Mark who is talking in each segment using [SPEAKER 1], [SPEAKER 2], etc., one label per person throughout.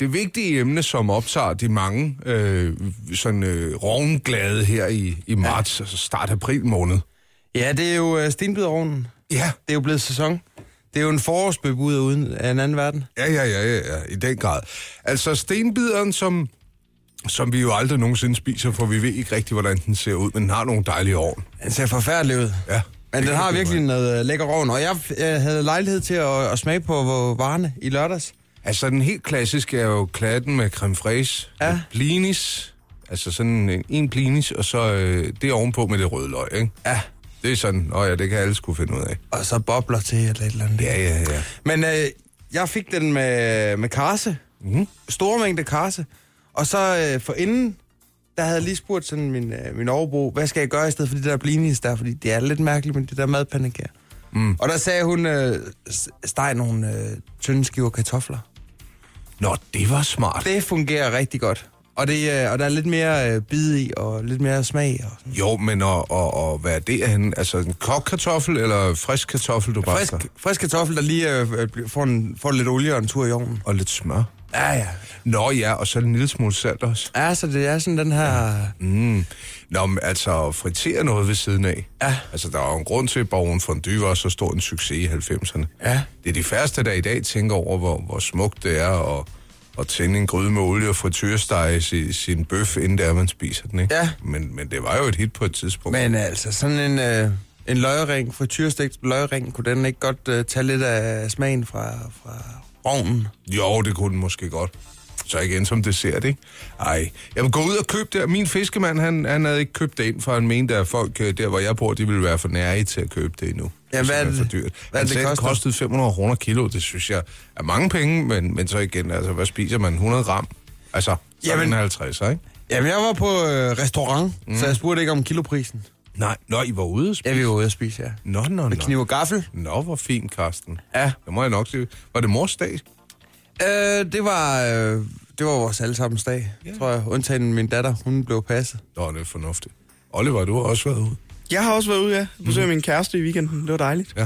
[SPEAKER 1] det vigtige emne, som optager de mange øh, sådan øh, rovnglade her i, i marts, ja. altså start april måned.
[SPEAKER 2] Ja, det er jo øh, stenbiderovnen.
[SPEAKER 1] Ja,
[SPEAKER 2] Det er jo blevet sæson. Det er jo en forårsbebuder uden af en anden verden.
[SPEAKER 1] Ja, ja, ja, ja, ja, i den grad. Altså stenbideren, som, som vi jo aldrig nogensinde spiser, for vi ved ikke rigtig, hvordan den ser ud, men den har nogle dejlige ovn.
[SPEAKER 2] Den ser forfærdelig ud.
[SPEAKER 1] Ja.
[SPEAKER 2] Men den har virkelig noget øh, lækker rovn, og jeg, jeg havde lejlighed til at, at smage på hvor- varerne i lørdags.
[SPEAKER 1] Altså den helt klassiske er jo klatten med creme fraise,
[SPEAKER 2] Ja.
[SPEAKER 1] med blinis, altså sådan en, en blinis, og så øh, det ovenpå med det røde løg, ikke?
[SPEAKER 2] Ja,
[SPEAKER 1] Det er sådan, åh ja, det kan alle skulle finde ud af.
[SPEAKER 2] og så bobler til eller et eller andet.
[SPEAKER 1] Ja, ja, ja.
[SPEAKER 2] Men øh, jeg fik den med, med karse. Mm. Store mængde karse. Og så øh, for inden, der havde jeg lige spurgt sådan min, øh, min overbo, hvad skal jeg gøre i stedet for de der blinis der? Fordi det er lidt mærkeligt med det der madpandekær. Mm. Og der sagde hun, øh, s- steg nogle øh, tynde skiver kartofler.
[SPEAKER 1] Nå, det var smart.
[SPEAKER 2] Det fungerer rigtig godt. Og, det, øh, og der er lidt mere øh, bid i, og lidt mere smag. Og sådan.
[SPEAKER 1] Jo, men og, og, og hvad er det henne? Altså en kokkartoffel eller frisk kartoffel, du
[SPEAKER 2] Frisk,
[SPEAKER 1] bagter?
[SPEAKER 2] frisk kartoffel, der lige øh, øh, bliver- får, en, får lidt olie og en tur i ovnen.
[SPEAKER 1] Og lidt smør.
[SPEAKER 2] Ja, ja.
[SPEAKER 1] Nå ja, og så en lille smule salt også.
[SPEAKER 2] Ja, så det er sådan den her... Ja.
[SPEAKER 1] Mm. Nå, men altså, fritere noget ved siden af.
[SPEAKER 2] Ja.
[SPEAKER 1] Altså, der er jo en grund til, at Baron Fondue var så stor en succes i 90'erne.
[SPEAKER 2] Ja.
[SPEAKER 1] Det er de færreste, der i dag tænker over, hvor, hvor smukt det er at, at tænde en gryde med olie og frityrestege sin, sin bøf, inden der man spiser den, ikke?
[SPEAKER 2] Ja.
[SPEAKER 1] Men, men det var jo et hit på et tidspunkt.
[SPEAKER 2] Men altså, sådan en, øh, en løgring, frityrestegt løgring, kunne den ikke godt øh, tage lidt af smagen fra, fra ovnen?
[SPEAKER 1] Jo, det kunne den måske godt. Så igen som dessert, ikke? Ej. Jamen, gå ud og køb det. Min fiskemand, han, han havde ikke købt det ind, for han mente, at folk øh, der, hvor jeg bor, de ville være for nære til at købe det endnu.
[SPEAKER 2] Ja,
[SPEAKER 1] Det
[SPEAKER 2] hvad er
[SPEAKER 1] simpelthen
[SPEAKER 2] det-
[SPEAKER 1] for dyrt.
[SPEAKER 2] hvad er
[SPEAKER 1] han
[SPEAKER 2] det,
[SPEAKER 1] sagde,
[SPEAKER 2] det
[SPEAKER 1] det
[SPEAKER 2] koster?
[SPEAKER 1] kostede 500 kroner kilo. Det synes jeg er mange penge, men, men så igen, altså, hvad spiser man? 100 gram? Altså, så er det
[SPEAKER 2] Jamen-
[SPEAKER 1] en 50, ikke?
[SPEAKER 2] Jamen, jeg var på øh, restaurant, mm. så jeg spurgte ikke om kiloprisen.
[SPEAKER 1] Nej, nå, I var ude og spise.
[SPEAKER 2] Ja, vi var ude at spise, ja.
[SPEAKER 1] Nå, nå,
[SPEAKER 2] Med kniv
[SPEAKER 1] nå.
[SPEAKER 2] og gaffel.
[SPEAKER 1] Nå, hvor fint, Karsten.
[SPEAKER 2] Ja.
[SPEAKER 1] Det må jeg nok sige. Var det mors dag?
[SPEAKER 2] Øh, det var... Øh, det var vores allesammens dag,
[SPEAKER 1] Ja.
[SPEAKER 2] yeah. tror jeg. Undtagen min datter, hun blev passet.
[SPEAKER 1] Nå, det er fornuftigt. Oliver, du har også været ude.
[SPEAKER 3] Jeg har også været ude, ja. Besøg min kæreste i weekenden. Det var dejligt.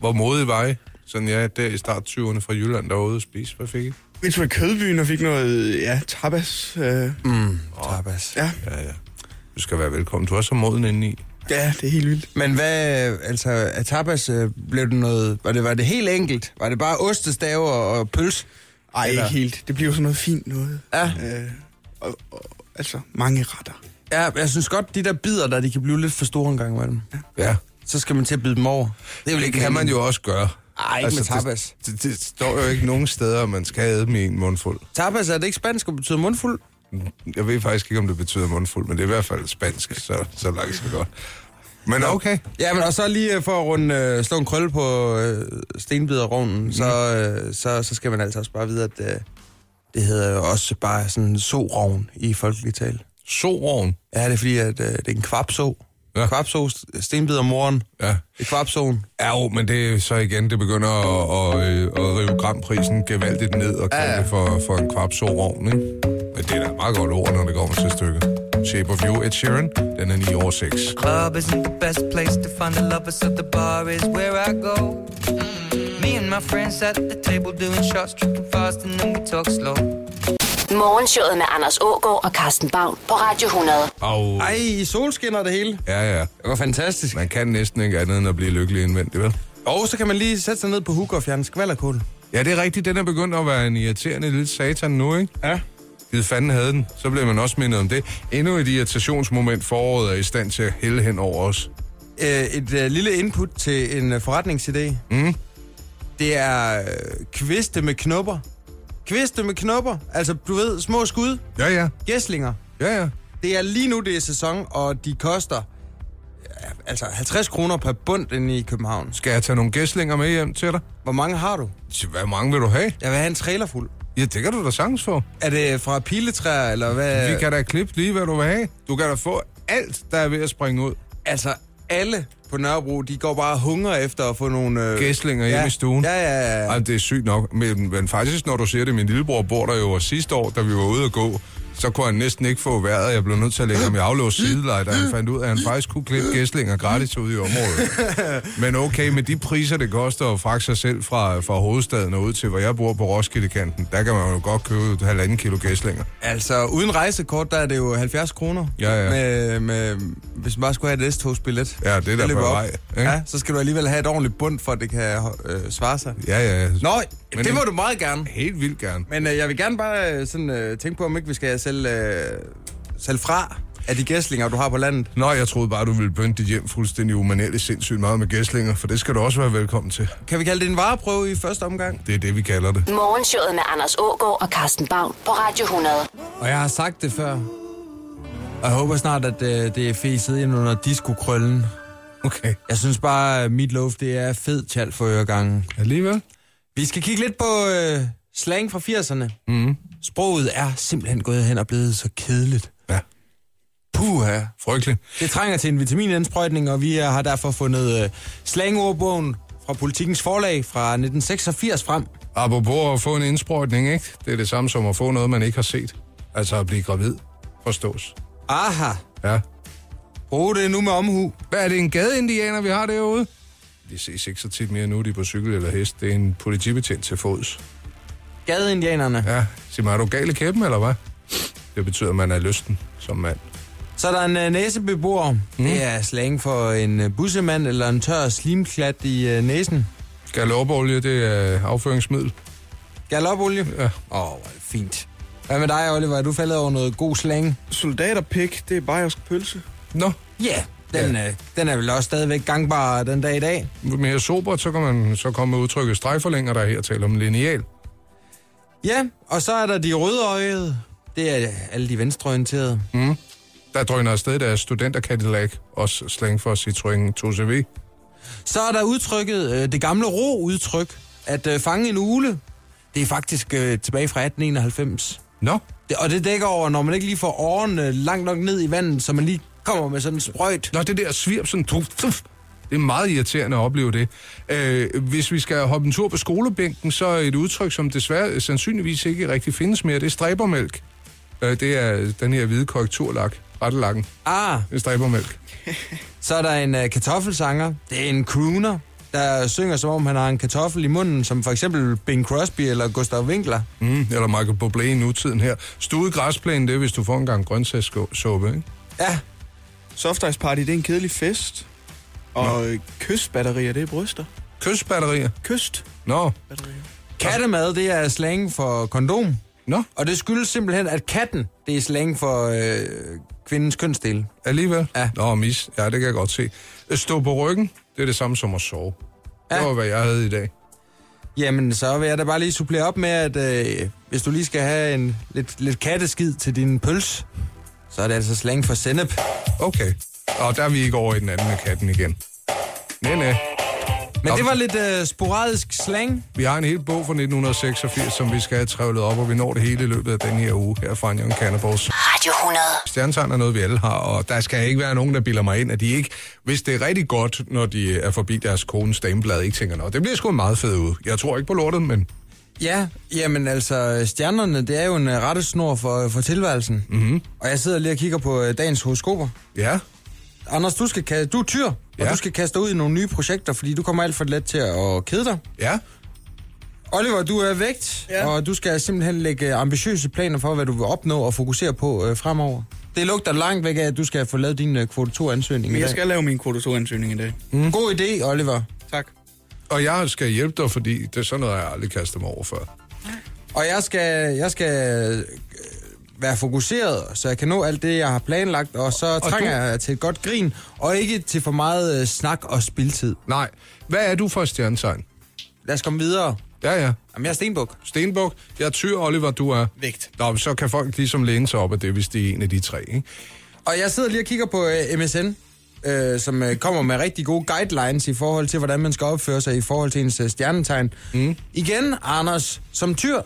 [SPEAKER 1] Hvor modig var I? Sådan ja, der i start 20'erne fra Jylland, der var ude og spise. Hvad fik I?
[SPEAKER 3] Vi tog i Kødbyen og fik noget, ja, tapas. Øh,
[SPEAKER 2] Mm, tapas.
[SPEAKER 3] ja.
[SPEAKER 1] Ja, ja. Du skal være velkommen. Du er så moden indeni.
[SPEAKER 3] ja, det er helt vildt.
[SPEAKER 2] Men hvad, øh, altså, af tapas, øh, blev det noget, var det, var det helt enkelt? Var det bare ostestaver og pøls?
[SPEAKER 3] Ej,
[SPEAKER 2] Eller-
[SPEAKER 3] ikke helt. Det bliver jo sådan noget fint noget.
[SPEAKER 2] Ja.
[SPEAKER 3] Øh, og, og, altså, mange retter.
[SPEAKER 2] Ja, jeg synes godt, de der bider der, de kan blive lidt for store en gang imellem.
[SPEAKER 1] Ja.
[SPEAKER 2] Så skal man til at bide dem over. Det er vel
[SPEAKER 1] Det
[SPEAKER 2] ikke
[SPEAKER 1] kan man jo også gøre. Altså,
[SPEAKER 2] Ej, ikke med tapas.
[SPEAKER 1] Det, det, det står jo ikke nogen steder, at man skal æde dem i en mundfuld.
[SPEAKER 2] Tapas, er det ikke spansk og betyder mundfuld?
[SPEAKER 1] Jeg ved faktisk ikke, om det betyder mundfuld, men det er i hvert fald spansk, så, så langt så godt. Men okay.
[SPEAKER 2] Ja, men og så lige øh, for at runde, øh, slå en krølle på øh, stenbiderovnen, mm. så, øh, så, så skal man altså også bare vide, at øh, det hedder jo også bare sådan sorovn i folkelig tale.
[SPEAKER 1] Sorovn.
[SPEAKER 2] Ja, det er fordi, at øh, det er en kvapso.
[SPEAKER 1] Ja.
[SPEAKER 2] Ja. Kvapso, st- stenbidermoren.
[SPEAKER 1] Ja.
[SPEAKER 2] Det er kvapsoen.
[SPEAKER 1] Ja, jo, men det er så igen, det begynder at, at, øh, at rive gramprisen gevaldigt ned og kalde
[SPEAKER 2] Ja, ja.
[SPEAKER 1] det for, for en kvapsovrovn, ikke? Men det er da et meget godt ord, når det kommer til stykket. Shape of You, Ed Sheeran, den er 9 år 6.
[SPEAKER 4] club isn't the best place to find a lover, so the bar is where I go. Me and my friends at the table doing shots, tripping fast, and then we talk slow.
[SPEAKER 5] Morgenshowet med Anders Ågaard og Carsten Baum på Radio 100.
[SPEAKER 1] Og...
[SPEAKER 2] Ej, i solskinner det hele.
[SPEAKER 1] Ja, ja.
[SPEAKER 2] Det var fantastisk.
[SPEAKER 1] Man kan næsten ikke andet end at blive lykkelig indvendigt, vel?
[SPEAKER 2] Og så kan man lige sætte sig ned på huk og fjerne skvallerkål.
[SPEAKER 1] Ja, det er rigtigt. Den er begyndt at være en irriterende lille satan nu, ikke?
[SPEAKER 2] Ja.
[SPEAKER 1] Givet fanden havde den, så blev man også mindet om det. Endnu et irritationsmoment foråret er i stand til at hælde hen over os.
[SPEAKER 2] øh, et øh, lille input til en øh, forretningsidé. Mm. Det er øh, kviste med knopper. Kviste med knopper. Altså, du ved, små skud.
[SPEAKER 1] Ja, ja.
[SPEAKER 2] Gæslinger.
[SPEAKER 1] Ja, ja.
[SPEAKER 2] Det er lige nu, det er sæson, og de koster øh, altså 50 kroner per bund inde i København.
[SPEAKER 1] Skal jeg tage nogle gæslinger med hjem til dig?
[SPEAKER 2] Hvor mange har du?
[SPEAKER 1] Hvad mange vil du have?
[SPEAKER 2] Jeg vil have en trailer fuld.
[SPEAKER 1] Ja, det kan du da sagtens få.
[SPEAKER 2] Er det fra piletræer, eller hvad?
[SPEAKER 1] Vi kan da klippe lige, hvad du vil have. Du kan da få alt, der er ved at springe ud.
[SPEAKER 2] Altså, alle på Nørrebro, de går bare og hungrer efter at få nogle... Øh...
[SPEAKER 1] Gæslinger
[SPEAKER 2] ja.
[SPEAKER 1] hjemme i stuen.
[SPEAKER 2] Ja, ja, ja.
[SPEAKER 1] Ej, det er sygt nok. Men, men faktisk, når du siger det, min lillebror bor der jo, og sidste år, da vi var ude at gå, så kunne han næsten ikke få vejret. Jeg blev nødt til at lægge ham i aflåst sideleje, da han fandt ud af, at han faktisk kunne klippe gæslinger gratis ude i området. Men okay, med de priser, det koster at fragte sig selv fra, fra hovedstaden og ud til, hvor jeg bor på Roskildekanten, der kan man jo godt købe halvanden kilo gæslinger.
[SPEAKER 2] Altså, uden rejsekort, der er det jo 70 kroner.
[SPEAKER 1] Ja, ja.
[SPEAKER 2] Med, med, hvis man bare skulle have et S-togsbillet.
[SPEAKER 1] Ja, det er da
[SPEAKER 2] løber
[SPEAKER 1] på
[SPEAKER 2] op.
[SPEAKER 1] vej, ikke?
[SPEAKER 2] Ja, så skal du alligevel have et ordentligt bund, for at det kan øh, svare sig.
[SPEAKER 1] Ja, ja.
[SPEAKER 2] Nå,
[SPEAKER 1] Men
[SPEAKER 2] Men det må
[SPEAKER 1] en-
[SPEAKER 2] du meget gerne.
[SPEAKER 1] Helt vildt gerne.
[SPEAKER 2] Men øh, jeg vil gerne bare øh, sådan, øh, tænke på, om ikke vi skal sælge, øh, sælge fra af de gæstlinger, du har på landet.
[SPEAKER 1] Nå, jeg troede bare, du ville pynte dit hjem fuldstændig umanerligt sindssygt meget med gæslinger, for det skal du også være velkommen til.
[SPEAKER 2] Kan vi kalde det en vareprøve i første omgang?
[SPEAKER 1] Det er det, vi kalder det.
[SPEAKER 5] Morgenshowet med Anders Ågaard og Carsten Baum på Radio 100.
[SPEAKER 2] Og jeg har sagt det før. Og jeg håber snart, at øh, det er fæset ind under diskokrøllen.
[SPEAKER 1] Okay.
[SPEAKER 2] Jeg synes bare, at mit loaf, det er fed tjal for øregangen.
[SPEAKER 1] Alligevel?
[SPEAKER 2] Vi skal kigge lidt på øh, slang fra 80'erne. Mm. Sproget er simpelthen gået hen og blevet så kedeligt.
[SPEAKER 1] Ja.
[SPEAKER 2] Puha.
[SPEAKER 1] Frygteligt.
[SPEAKER 2] Det trænger til en vitaminindsprøjtning, og vi øh, har derfor fundet øh, slangordbogen fra Politikens Forlag fra 1986 frem.
[SPEAKER 1] Apropos at få en indsprøjtning, ikke? Det er det samme som at få noget, man ikke har set. Altså at blive gravid. Forstås.
[SPEAKER 2] Aha.
[SPEAKER 1] Ja.
[SPEAKER 2] Brug det nu med omhu.
[SPEAKER 1] Hvad er det, en gadeindianer, vi har derude? De ses ikke så tit mere nu, de er på cykel eller hest. Det er en politibetjent til fods.
[SPEAKER 2] Gadeindianerne. Ja.
[SPEAKER 1] Ja, sig mig, er du gal i kæben, eller hvad? Det betyder, at man er lysten som mand.
[SPEAKER 2] Så er der en øh, næsebeboer. Mm. Det er slang for en øh, bussemand eller en tør slimklat i øh, næsen.
[SPEAKER 1] Galopolie, det er afføringsmiddel.
[SPEAKER 2] Galopolie. Åh,
[SPEAKER 1] Ja.
[SPEAKER 2] oh, fint. Hvad med dig, Oliver? Er du faldet over noget god slang?
[SPEAKER 3] Soldaterpik, det er bayersk pølse.
[SPEAKER 1] Nå,
[SPEAKER 2] Ja, yeah, den, øh, den er vel også stadigvæk gangbar den dag i dag.
[SPEAKER 1] mere sobert, så kan man så komme med udtrykket stregforlænger, der er her taler om lineal.
[SPEAKER 2] Ja, og så er der de rødøjede. Det er alle de venstreorienterede. Mm.
[SPEAKER 1] Der drøner afsted deres studenter Cadillac, også slang for Citroën 2CV.
[SPEAKER 2] Så er der udtrykket, øh, det gamle ro-udtryk, at øh, fange en ule. Det er faktisk øh, tilbage fra 1891.
[SPEAKER 1] Nå,
[SPEAKER 2] Det, og det dækker over, når man ikke lige får årene langt nok ned i vandet, så man lige kommer med sådan en sprøjt.
[SPEAKER 1] Nå, det der svirp, sådan... Tuf, tuf. Det er meget irriterende at opleve det. Øh, hvis vi skal hoppe en tur på skolebænken, så er et udtryk, som desværre sandsynligvis ikke rigtig findes mere, det er stræbermælk. Øh, det er den her hvide korrekturlak, rettelakken.
[SPEAKER 2] Ah,
[SPEAKER 1] Det er stræbermælk.
[SPEAKER 2] så er der en øh, kartoffelsanger. Det er en crooner, der synger, som om han har en kartoffel i munden, som for eksempel Bing Crosby eller Gustav Winkler.
[SPEAKER 1] Mm, eller Michael Bublé i nutiden her. Stude græsplænen, det er, hvis du får en gang grøntsagssuppe, ikke?
[SPEAKER 2] Ja,
[SPEAKER 3] Softice party, det er en kedelig fest. Og øh, kystbatterier, det er bryster.
[SPEAKER 1] Kystbatterier.
[SPEAKER 3] Kystbatterier.
[SPEAKER 1] Nå,
[SPEAKER 2] kattemad, det er slang for kondom.
[SPEAKER 1] nå,
[SPEAKER 2] Og det skyldes simpelthen, at katten, det er slang for øh, kvindens kønsdel.
[SPEAKER 1] alligevel.
[SPEAKER 2] Ja.
[SPEAKER 1] Nå, mis. Ja, det kan jeg godt se. Øh, Stå på ryggen, det er det samme som at sove. Ja.
[SPEAKER 2] Ja.
[SPEAKER 1] Det var, hvad jeg havde i dag.
[SPEAKER 2] Jamen, så vil jeg da bare lige supplere op med, at øh, hvis du lige skal have en lidt, lidt katteskid til din pøls, så er det altså slang for sennep.
[SPEAKER 1] Okay. Og der er vi ikke over i den anden af katten igen. Nej, nej.
[SPEAKER 2] Men det var lidt øh, sporadisk slang.
[SPEAKER 1] Vi har en hel bog fra 1986, som vi skal have trævlet op, og vi når det hele i løbet af den her uge her fra Anjan Cannibals.
[SPEAKER 5] Radio 100.
[SPEAKER 1] Stjernetegn er noget, vi alle har, og der skal ikke være nogen, der bilder mig ind, at de ikke, hvis det er rigtig godt, når de er forbi deres kones dameblad, ikke tænker, noget. det bliver sgu en meget fed ud. Jeg tror ikke på lortet, men
[SPEAKER 2] Ja, jamen altså, stjernerne, det er jo en øh, rettesnor for, for tilværelsen. Mm-hmm. Og jeg sidder lige og kigger på øh, dagens horoskoper.
[SPEAKER 1] ja,
[SPEAKER 2] Anders, du, skal, ka- du er tyr, ja.
[SPEAKER 1] Ja.
[SPEAKER 2] og du skal kaste dig ud i nogle nye projekter, fordi du kommer alt for let til at kede dig.
[SPEAKER 1] ja.
[SPEAKER 2] Oliver, du er vægt, ja. og du skal simpelthen lægge øh, ambitiøse planer for, hvad du vil opnå og fokusere på øh, fremover. Det lugter langt væk af, at du skal få lavet din øh, kvote 2-ansøgning
[SPEAKER 3] Men
[SPEAKER 2] i
[SPEAKER 3] jeg
[SPEAKER 2] dag.
[SPEAKER 3] skal lave min kvote 2 ansøgning i dag.
[SPEAKER 2] Mm. God idé, Oliver.
[SPEAKER 3] Tak.
[SPEAKER 1] Og jeg skal hjælpe dig, fordi det er sådan noget, jeg aldrig kaster mig over før.
[SPEAKER 2] Og jeg skal, jeg skal øh, være fokuseret, så jeg kan nå alt det, jeg har planlagt, og så og trænger
[SPEAKER 1] du-
[SPEAKER 2] du... jeg til et godt grin, og ikke til for meget øh, snak og spildtid.
[SPEAKER 1] Nej. Hvad er du for et stjernetegn?
[SPEAKER 2] Lad os komme videre.
[SPEAKER 1] Ja, ja.
[SPEAKER 2] Jamen, jeg er Stenbuk.
[SPEAKER 1] Stenbuk, jeg er tyr, Oliver, du er...
[SPEAKER 3] Vægt.
[SPEAKER 1] Nå, men så kan folk ligesom læne sig op af det, hvis det er en af de tre, ikke?
[SPEAKER 2] Og jeg sidder lige og kigger på øh, MSN, øh, som øh, kommer med rigtig gode guidelines i forhold til, hvordan man skal opføre sig i forhold til ens øh, stjernetegn. Mm. Igen, Anders, som tyr,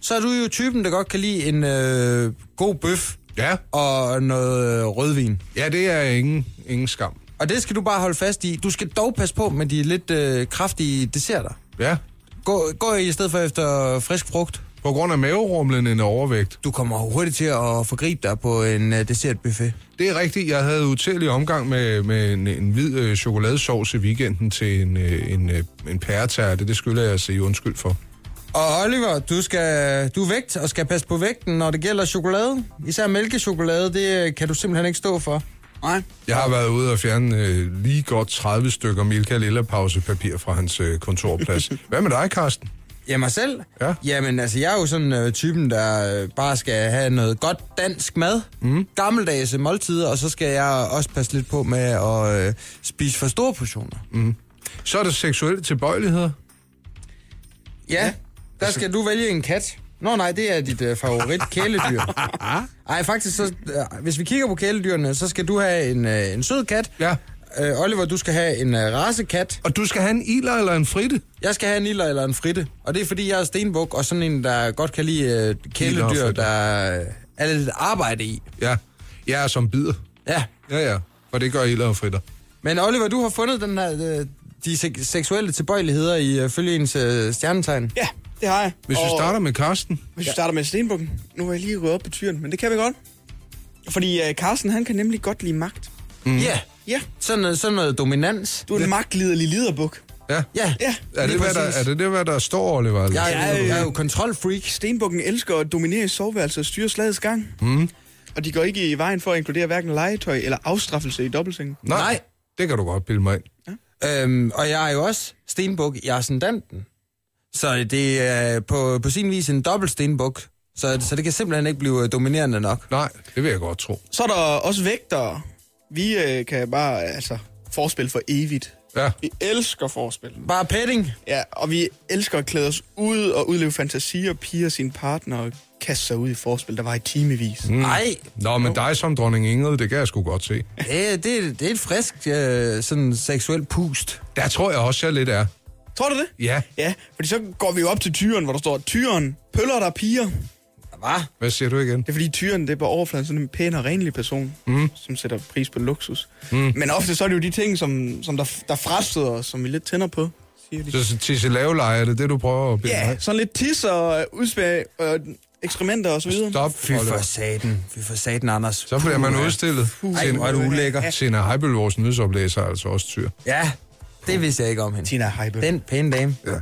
[SPEAKER 2] så er du jo typen, der godt kan lide en øh, god bøf
[SPEAKER 1] Ja.
[SPEAKER 2] og noget øh, rødvin.
[SPEAKER 1] Ja, det er ingen, ingen skam.
[SPEAKER 2] Og det skal du bare holde fast i. Du skal dog passe på med de lidt øh, kraftige desserter.
[SPEAKER 1] Ja.
[SPEAKER 2] Gå, gå i stedet for efter frisk frugt.
[SPEAKER 1] På grund af maverumlende overvægt.
[SPEAKER 2] Du kommer hurtigt til at forgribe dig på en øh, dessertbuffet.
[SPEAKER 1] Det er rigtigt, jeg havde utællig omgang med, med en, en hvid øh, chokoladesauce i weekenden til en, øh, en, øh, en pæretærte. Det skylder jeg at sige undskyld for.
[SPEAKER 2] Og Oliver, du, skal, du er vægt og skal passe på vægten, når det gælder chokolade. Især mælkechokolade, det øh, kan du simpelthen ikke stå for.
[SPEAKER 3] Nej.
[SPEAKER 1] Jeg har været ude og fjerne øh, lige godt 30 stykker Milka Lilla pausepapir fra hans øh, kontorplads. Hvad med dig, Karsten?
[SPEAKER 2] Ja, mig selv?
[SPEAKER 1] Ja.
[SPEAKER 2] Jamen, altså, jeg er jo sådan øh, typen, der øh, bare skal have noget godt dansk mad. Mm. Gammeldags måltider, og så skal jeg også passe lidt på med at øh, spise for store portioner. Mm.
[SPEAKER 1] Så er der seksuelle tilbøjeligheder.
[SPEAKER 2] Ja, der skal du vælge en kat. Nå nej, det er dit øh, favorit kæledyr. Ej, faktisk, så, øh, hvis vi kigger på kæledyrene, så skal du have en, øh, en sød kat.
[SPEAKER 1] Ja.
[SPEAKER 2] Øh, Oliver, du skal have en øh, racekat.
[SPEAKER 1] Og du skal have en iler eller en fritte.
[SPEAKER 2] Jeg skal have en iller eller en fritte. Og det er, fordi jeg er stenbuk, og sådan en, der godt kan lide øh,
[SPEAKER 1] og
[SPEAKER 2] kæledyr,
[SPEAKER 1] fritte.
[SPEAKER 2] der øh, er lidt arbejde i.
[SPEAKER 1] Ja, jeg er som bider.
[SPEAKER 2] Ja,
[SPEAKER 1] Ja, ja. Og det gør iler og fritter.
[SPEAKER 2] men Oliver, du har fundet den her, øh, de sek- seksuelle tilbøjeligheder i øh, følge ens øh, stjernetegn.
[SPEAKER 3] Ja, det har jeg.
[SPEAKER 1] Hvis vi
[SPEAKER 3] Og-
[SPEAKER 1] starter med Karsten.
[SPEAKER 3] Hvis vi starter med stenbukken. Nu er jeg lige gået op på tyren, men det kan vi godt. Fordi øh, Carsten, han kan nemlig godt lide magt.
[SPEAKER 2] Ja, mm. yeah.
[SPEAKER 3] Ja,
[SPEAKER 2] sådan, noget- sådan noget dominans.
[SPEAKER 3] du er en magtliderlig liderbuk.
[SPEAKER 1] Ja.
[SPEAKER 2] Ja,
[SPEAKER 3] Ja,
[SPEAKER 1] Er det,
[SPEAKER 2] lige
[SPEAKER 1] hvad der,
[SPEAKER 2] præcis.
[SPEAKER 1] er det det, hvad der står, Oliver? eller?
[SPEAKER 2] Jeg, er,
[SPEAKER 3] Jeg er
[SPEAKER 2] jo,
[SPEAKER 3] jo-
[SPEAKER 2] jeg er jo kontrolfreak.
[SPEAKER 3] Stenbukken elsker at dominere i soveværelset og styre slagets gang. Mm. Og de går ikke i vejen for at inkludere hverken legetøj eller afstraffelse i dobbeltsengen.
[SPEAKER 1] Nej,
[SPEAKER 2] Nej.
[SPEAKER 1] det kan du godt bilde mig ind.
[SPEAKER 2] Øhm, og jeg er jo også stenbuk i ascendanten. Så det er på, på sin vis en dobbelt stenbuk. Så, så det kan simpelthen ikke blive øh, dominerende nok.
[SPEAKER 1] Nej, det vil jeg godt tro.
[SPEAKER 3] Så er der også vægtere. Vi øh, kan bare, øh, altså, forspil for evigt.
[SPEAKER 1] Ja.
[SPEAKER 3] Vi elsker forspil.
[SPEAKER 2] Bare petting.
[SPEAKER 3] Ja, og vi elsker at klæde os ud og udleve fantasier, piger sin partner og kaste sig ud i forspil, der var i timevis. Mm.
[SPEAKER 2] Nej,
[SPEAKER 1] Nå, men dig som dronning Ingrid, det kan jeg sgu godt se.
[SPEAKER 2] det, det, det er et frisk øh, sådan seksuelt pust.
[SPEAKER 1] Der tror jeg også, jeg lidt er.
[SPEAKER 3] Tror du det?
[SPEAKER 1] Ja.
[SPEAKER 3] Ja, fordi så går vi jo op til tyren, hvor der står, tyren, pøller der er piger. Det
[SPEAKER 2] Hvad?
[SPEAKER 1] Hvad siger du igen?
[SPEAKER 3] er fordi tyren, det er på overfladen sådan en pæn og renlig person,
[SPEAKER 1] Mhm.
[SPEAKER 3] mm. som sætter pris på luksus. Mm. Men ofte så er det jo de ting, som, som der, der frastøder os, som vi lidt tænder på, siger de.
[SPEAKER 1] Så så tisse laveleje, er det det, du prøver at bilde mig
[SPEAKER 3] Ja,
[SPEAKER 1] ind?
[SPEAKER 3] sådan lidt tis og øh, udspæg og ekskrementer og så videre.
[SPEAKER 1] Stop,
[SPEAKER 2] Fy for
[SPEAKER 1] Oliver.
[SPEAKER 2] satan. Fy for satan, Anders.
[SPEAKER 1] Så bliver man
[SPEAKER 2] Puh, ja.
[SPEAKER 1] udstillet.
[SPEAKER 2] Ej, hvor er du ulækker.
[SPEAKER 1] Sina Heibel, vores nyhedsoplæser, er altså også tyr.
[SPEAKER 2] Ja, det vidste jeg ikke om hende.
[SPEAKER 3] Tina Heipe. Den...
[SPEAKER 2] Den pæne dame.
[SPEAKER 1] Ja.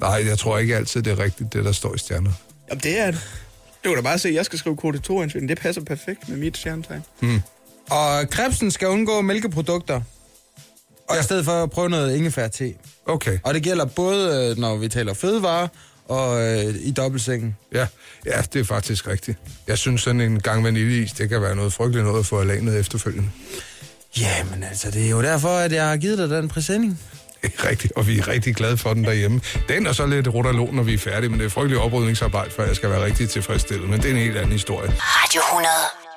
[SPEAKER 1] Nej, jeg tror ikke altid, det er rigtigt, det der står i stjerner.
[SPEAKER 3] Jamen, det er det. Det var da bare at se, jeg skal skrive kode 2 ansøgning Det passer perfekt med mit stjernetegn.
[SPEAKER 2] Og krebsen skal undgå mælkeprodukter. Og i stedet for at prøve noget ingefær-te.
[SPEAKER 1] Okay,
[SPEAKER 2] Og det gælder både, øh, når vi taler fødevare, og øh, i dobbeltsengen.
[SPEAKER 1] ja. ja, det er faktisk rigtigt. Jeg synes, sådan en gang vaniljeis, det kan være noget frygteligt noget at få alanet efterfølgende.
[SPEAKER 2] Jamen altså, det er jo derfor, at jeg har givet dig den præsending.
[SPEAKER 1] Det er Rigtigt, og vi er rigtig glade for den derhjemme. Den er så lidt rutterlån, når vi er færdige, men det er frygteligt oprydningsarbejde, for jeg skal være rigtig tilfredsstillet, men det er en helt anden historie.
[SPEAKER 5] Radio 100.